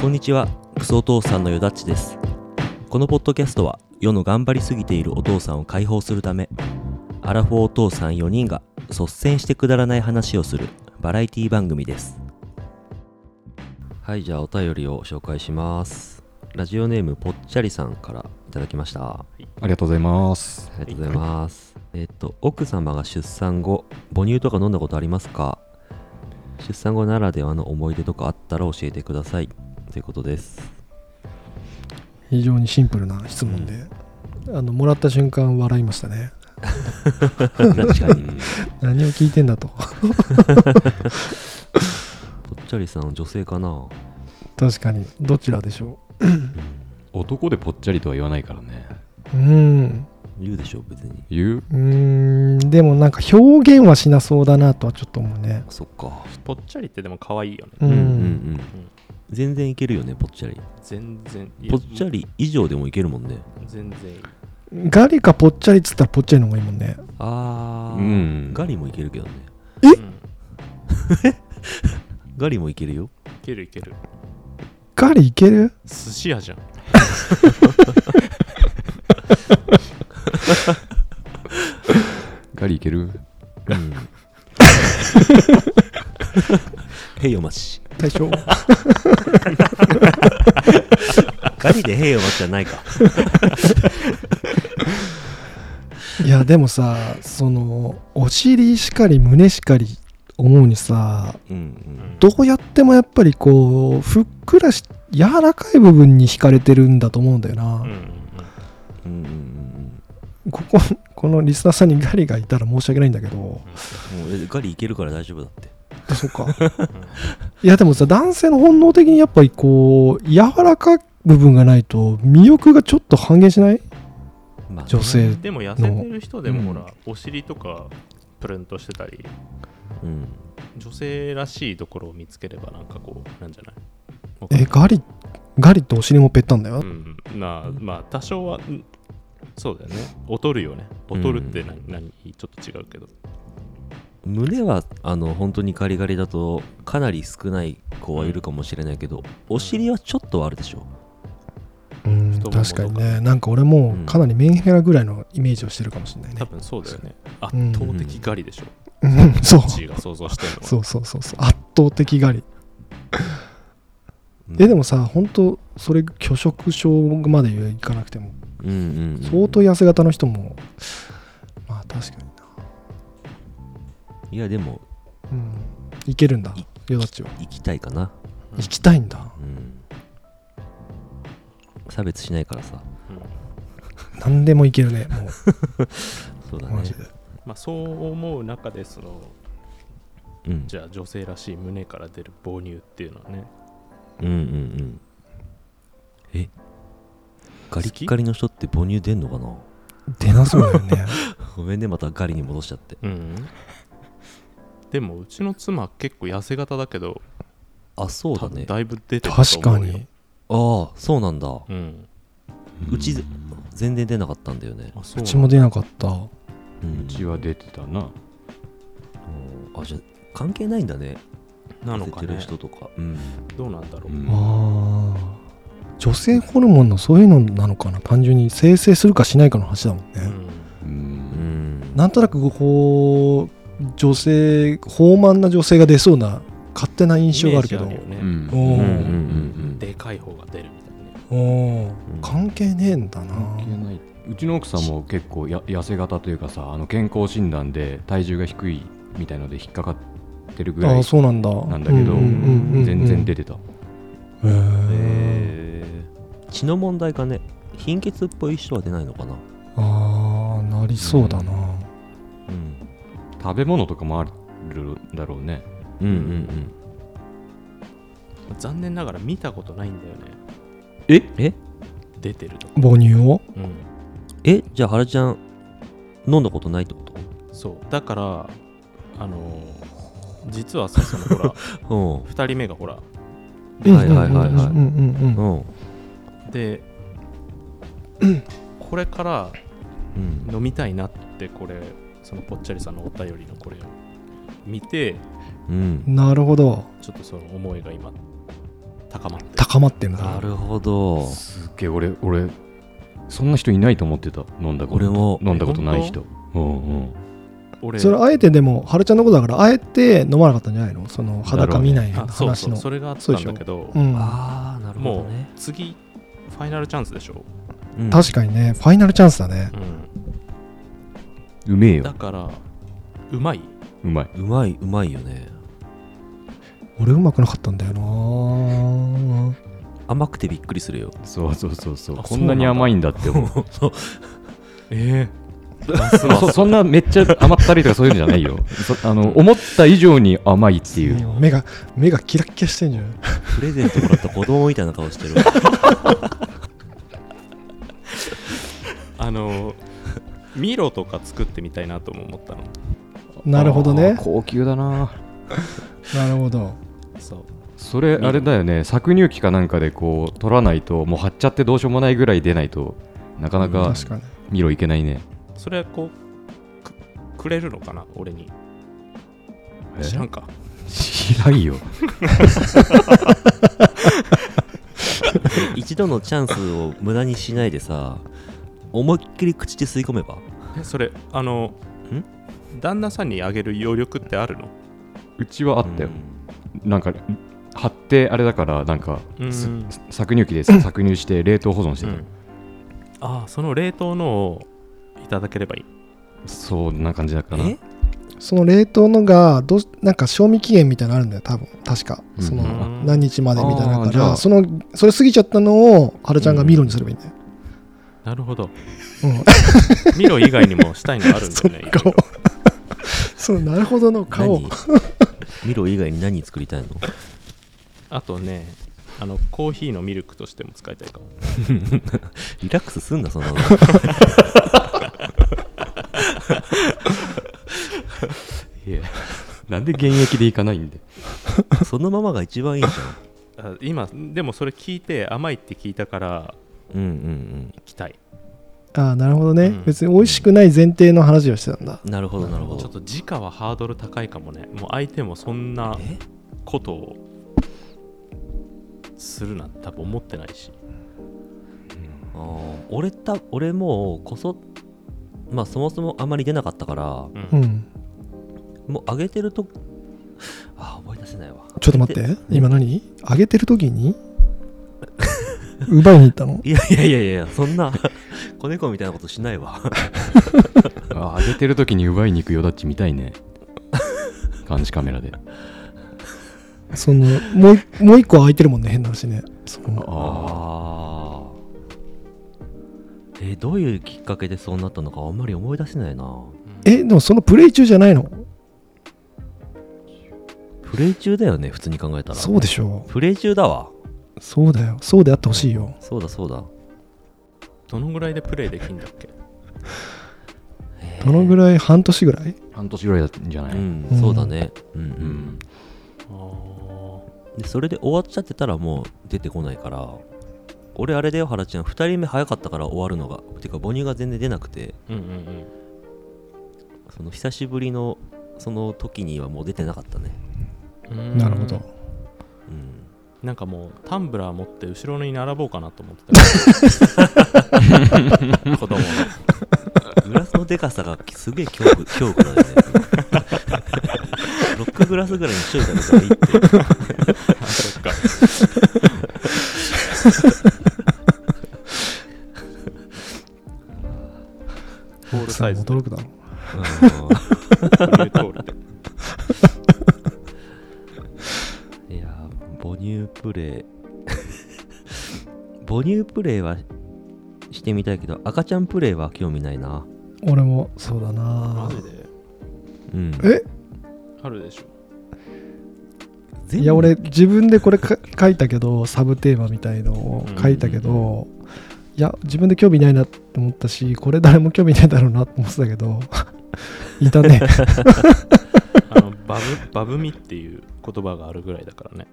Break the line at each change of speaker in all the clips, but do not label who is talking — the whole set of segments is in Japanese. こんにちはクソお父さんのよだっちですこのポッドキャストは世の頑張りすぎているお父さんを解放するためアラフォーお父さん4人が率先してくだらない話をするバラエティ番組ですはいじゃあお便りを紹介しますラジオネームぽっちゃりさんからいただきました
ありがとうございます。
ありがとうございます。えっと、奥様が出産後、母乳とか飲んだことありますか出産後ならではの思い出とかあったら教えてください。ということです。
非常にシンプルな質問で、あのもらった瞬間笑いましたね
確かに。
何を聞いてんだと
ぽっちゃりさん、女性かな
確かにどちらでしょ
男でぽっちゃりとは言わないからね。
ううーん
言うでしょ、別に。
言う
うーんでもなんか表現はしなそうだなとはちょっと思うね
そっか。
ぽっちゃりってでも可愛いよね。
うん、
うんうんうん。全然いけるよね、ぽっちゃり。
全然。いや
ぽっちゃり以上でもいけるもんね。
全然いい。
ガリかぽっちゃりっつったらぽっちゃりの方がいいもんね
あ
う
ー、
ん。
ガリもいけるけどね。
え
ガリもいけるよ。
いけるいける。
ガリいける
寿司屋じゃん。
ガリいける
うん。へいお待ち。
大将
ガリでへいお待ちじゃない か。
いやでもさそのお尻しかり胸しかり思うにさ
うんう。
うんん
どうやってもやっぱりこうふっくらし柔らかい部分に惹かれてるんだと思うんだよな、
うんう
う
ん
んうんうん
ここ、このリスナーさんにガリがいたら申し訳ないんだけど、
うん。もうえガリいけるから大丈夫だって。
あそう か。いや、でもさ、男性の本能的にやっぱりこう、柔らかい部分がないと、魅力がちょっと半減しない
まあね
女
う
性
ん。。でも痩せてる人でも
うん
ほら、お尻とかプルンとしてたり、
うん。
女性らしいところを見つければなんかこう、なんじゃないわかん
え、
ない
ガリ、ガリってお尻もぺったんだよ
う。ん。なあ、まあ多少は、うんそうだよね。劣るよね。劣るって何、何ちょっと違うけど。
胸はあの本当にガリガリだとかなり少ない子はいるかもしれないけど、お尻はちょっとはあるでしょ。
うん、
太ももと
確
か
かにね。なんか俺も
うん
かなりメンヘラぐらいのイメージをしてるかもしれないね
多。分そうだよね。圧
うん
倒的ガリでしょ。
うん、そう。
G が想像してるのは。
そうそうそうそう。圧倒的ガリ。
うん
え、でもさ、本当それ、拒食症までいかなくても、
うんうんうん
相当痩せ型の人も、まあ確かに。
いやでも
うん、行けるんだよだちは
行きたいかな。
行きたいんだ
うん。差別しないからさ。
うん
何でも行けるねも
そうだ
うマ
ね
ジ。で
まあ、そう思う中でその
うん。
じゃあ女性らしい胸から出る母乳っていうのはね
うんうんうん。え、ガリ
好き
ッガリの人って母乳出んのかな。
出なそうだよね
ごめんねまたガリに戻しちゃって。
うんでもうちの妻結構痩せ型だけど
あそうだね
多分。だいぶ出てると
確か
思うよ
に
ああそうなんだ。
うん
うちぜ全然出なかったんだよね。
あそうう
ちも出なかった
うん
うちは出てたな。
あじゃあ関係ないんだね
なのか
出て
ね
る人とか、うん、
どうなんだろう、
うん
あー女性ホルモンのそういうのなのかな単純に生成するかしないかの話だもんね、
うん
う。
うんん、
なんとなくこう女性豊満な女性が出そうな勝手な印象があるけど
イメージよ
う
ね
ん。
う
お
んうん
ー
うん
でかい方が出るみたいなね
おー
うん
関係ねえんだな
関係ないうちの奥さんも結構や痩せ型というかさあの健康診断で体重が低いみたいので引っかかってるぐら
あ
い
ーそうなんだ
なんだけど
うんうんうんうん
全然出てた
へ
う
え
ん血の問題かね貧血っぽい人は出ないのかな、
ああなりそうだな、
うん、
食べ物とかもあるだろうね
うんうん
残念ながら見たことないんだよね
ええ
出てるとか
母乳を
うん
えじゃあ原ちゃん飲んだことないってこと
そうだからあのー実はさそのほら
うん
2人目がほら
はいはいはいはい
うんうんうんうん
うん
でこれから
うん
飲みたいなってこれそのぽっちゃりさんのお便りのこれを見て
うん
なるほど
ちょっとその思いが今高まって
高まってんだ
なるほど
すっげえ俺俺そんな人いないと思ってた飲んだこと
俺も
飲んだことない人うんうん
俺
それあえてでも春ちゃんのことだからあえて飲まなかったんじゃないのその裸見ない
あそう
話
そう
の
それがあったんだけど、
うん
ああなるほ
も
ど
う
ね
次ファイナルチャンスでしょ、
うん
確かにねファイナルチャンスだね
うん、
うめえ
だ
よ
からうまいう
まいう
まいうまいよね
俺うまくなかったんだよな
甘くてびっくりするよ
そうそうそうそう
あ
こんなに
そうなんだ
甘いんだって思う
え
そ そんなめっちゃ甘ったるいとかそういうのじゃないよそあの思った以上に甘いっていう
目が目がキラッキラしてんじゃん
プレゼントもらった子供みたいな顔して る
あのミロとか作ってみたいなとも思ったの
なるほど
あ
ね
ー高級だな
なるほど
そう
それあれだよね搾乳機かなんかでこう取らないともう張っちゃってどうしようもないぐらい出ないとなかなか
確かに
ミロいけないね、
それはこうくくれるのかな俺に
え
知らんか
知らんよ
一度のチャンスを無駄にしないでさ思いっきり口で吸い込めば
えそれあの旦那さんにあげる余力ってあるの
うちはあったよ、なんか貼ってあれだからなんか
うん
す搾乳機で搾乳して冷凍保存してた、
うんああその冷凍のをいただければいい
そんな感じだか
うん
ら
え
その冷凍のがどうしなんか賞味期限みたいなのあるんだよ多分確か
うん
その
うん
何日までみたいなの
あー
だ
じ
か
ゃあ
らそのそれ過ぎちゃったのをはるちゃんがミロにすればいいんだよ、
なるほど
うん、
ミロ以外にもしたいのあるんだ
そ
よ
の
ね
顔 そのなるほどの顔
何 ミロ以外に何作りたいの
あとねあのコーヒーのミルクとしても使いたいかも
リラックスすんなそん なの
いやなんで現役でいかないんで
そのままが一番いいじ
あ今でもそれ聞いて甘いって聞いたから
ゃんうんうん
行きたい
ああなるほどね、
うん
別に美味しくない前提の話をしてたんだ
うんなるほどなるほ
ち
ど
ょっと時価はハードル高いかもねもう相手もそんな
え
ことをするなんて多分思ってないし
あー俺た俺もうこそまあそもそもあまり出なかったから
う
うん
ん
もう上げてるとあー思い出せないわ
ちょっと待って
で
今何揚げてる時に 奪いに行ったの
いやいやいやいやそんな子猫みたいなことしないわ
あ上げてる時に奪いに行くよだっち見たいね監視カメラで
そのもういもう一個空いてるもんね変な話ねその
ああ
ああえーどういうきっかけでそうなったのかあんまり思い出せないな
えでもそのプレイ中じゃないの
プレイ中だよね普通に考えたら
そうでしょ
プレイ中だわ
うそうだよそうであってほしいよ
そうだそうだ
どのぐらいでプレイできるんだっけ
どのぐらい半年ぐらい
半年ぐらいだったんじゃない、
うん、
うん
そうだねうんう
うんん
あー
でそれで終わっちゃってたらもう出てこないから俺あれだよハラちゃん2人目早かったから終わるのがてか母乳が全然出なくて
うんうんうん
その久しぶりのその時にはもう出てなかったね
うーん
なるほど
うん
なんかもうタンブラー持って後ろに並ぼうかなと思って た子供の
グラスのでかさがすげえ恐怖恐怖だよねロックグラスぐらいにしといたことがいいって
あそっかホールサ イズで
驚くだろう
言う通りで
いやー母乳プレイ 母乳プレイはしてみたいけど赤ちゃんプレイは興味ないな
俺もそうだな
マジで
うん
え
あるでしょ
全部
いや俺自分でこれか 書いたけどサブテーマみたいのを書いたけ
うんう
どいや自分で興味ないなって思ったしこれ誰も興味ないだろうなって思ってたけど いた ね
あ のバブバブミっていう言葉があるぐらいだからね、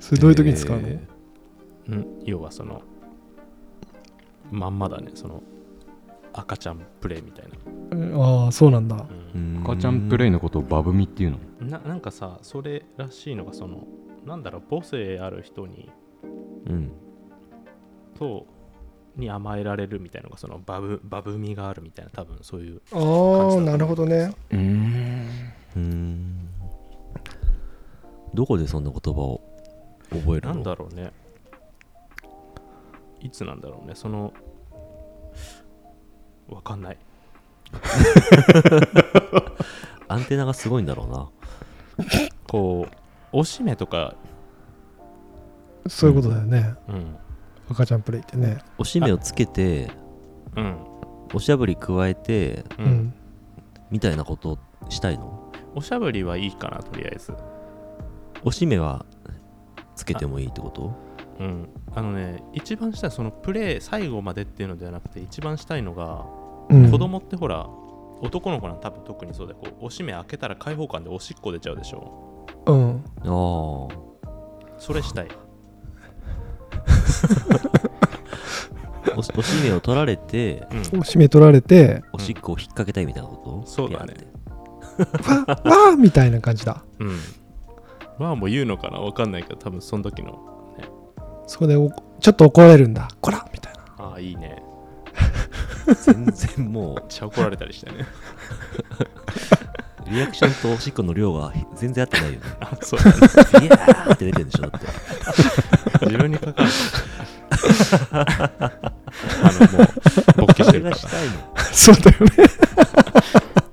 それどういう時に使うの、
え
うん、要はそのまんまだねその赤ちゃんプレイみたいな、
ああそうなんだ
うん
う
ー赤ちゃんプレイのことをバブミっていうの
ななんかさそれらしいのがそのなんだろう母性ある人に
うん
とに甘えられるみたいなのがそのバブバブみがあるみたいな多分そういう
ああ
感じだと思う
なるほどね
うん
うーんどこでそんな言葉を覚えるの
なんだろうねいつなんだろうねそのわかんない
アンテナがすごいんだろうな
こうおしめとか、
そういうことだよね、
うん
赤ちゃんプレイってね
おしめをつけて
うん
おしゃぶり加えて
う
う
んん、
みたいなことをしたいの
おしゃぶりはいいかなとりあえず、
おしめはつけてもいいってこと
うん、あのね一番したいそのプレイ最後までっていうのではなくて一番したいのが
うん、
子供ってほら、男の子なんて多分特にそうでこうおしめ開けたら開放感でおしっこ出ちゃうでしょ
うん
ああ
それ したい
おしおしめを取られて
うん
締め取られ て
おしっこを引っ掛けたいみたいなこと、
そうだね
ピャーって
わわーみたいな感じだ
うんまあもう言うのかなわかんないけど多分その時の
そこでおちょっと怒られるんだこらみたいな
ああいいね
全然も
めっちゃ怒られたりして ね
うリアクションとおしっこの量が全然合ってない よね
あそうだね
いやーって出てるんでしょだって
自分にかかるあのもう勃起して
それが
るか ら
したいの
そうだよね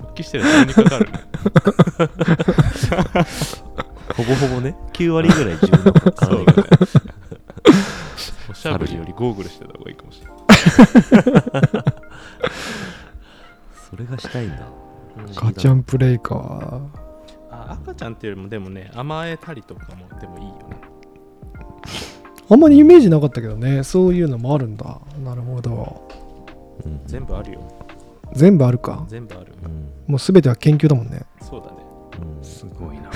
勃起してる自分にかかるね
ほぼほぼね9割ぐらい自分の体
そう
が
だね おしゃぶりよりゴーグルしてた方がいいかもしれない
それがしたいんだ
赤ちゃんプレイか
あ赤ちゃんっていうよりもでもね甘えたりとかもでもいいよね
あんまりイメージなかったけどねそういうのもあるんだなるほど
うん
全部あるよ
全部あるか
全部ある
うん
もう全ては研究だもんね
そうだね
うん
すごいな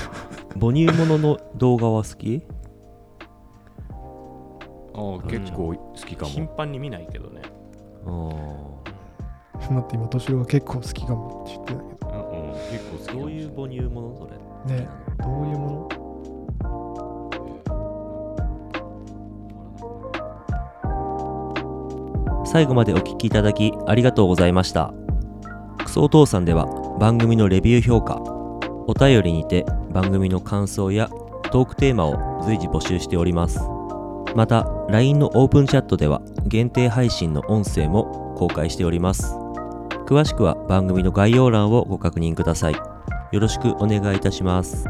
母乳ものの動画は好き
ああ結構好きか
頻
も
繁に見ないけどね
あ
待って今年郎が結構好きかもって言ってたけど
うん結構好き
あどういう母乳ものそれ
ねどういうもの
最後までお聞きいただきありがとうございましたクソお父さんでは番組のレビュー評価お便りにて番組の感想やトークテーマを随時募集しておりますまた LINE のオープンチャットでは限定配信の音声も公開しております詳しくは番組の概要欄をご確認くださいよろしくお願いいたします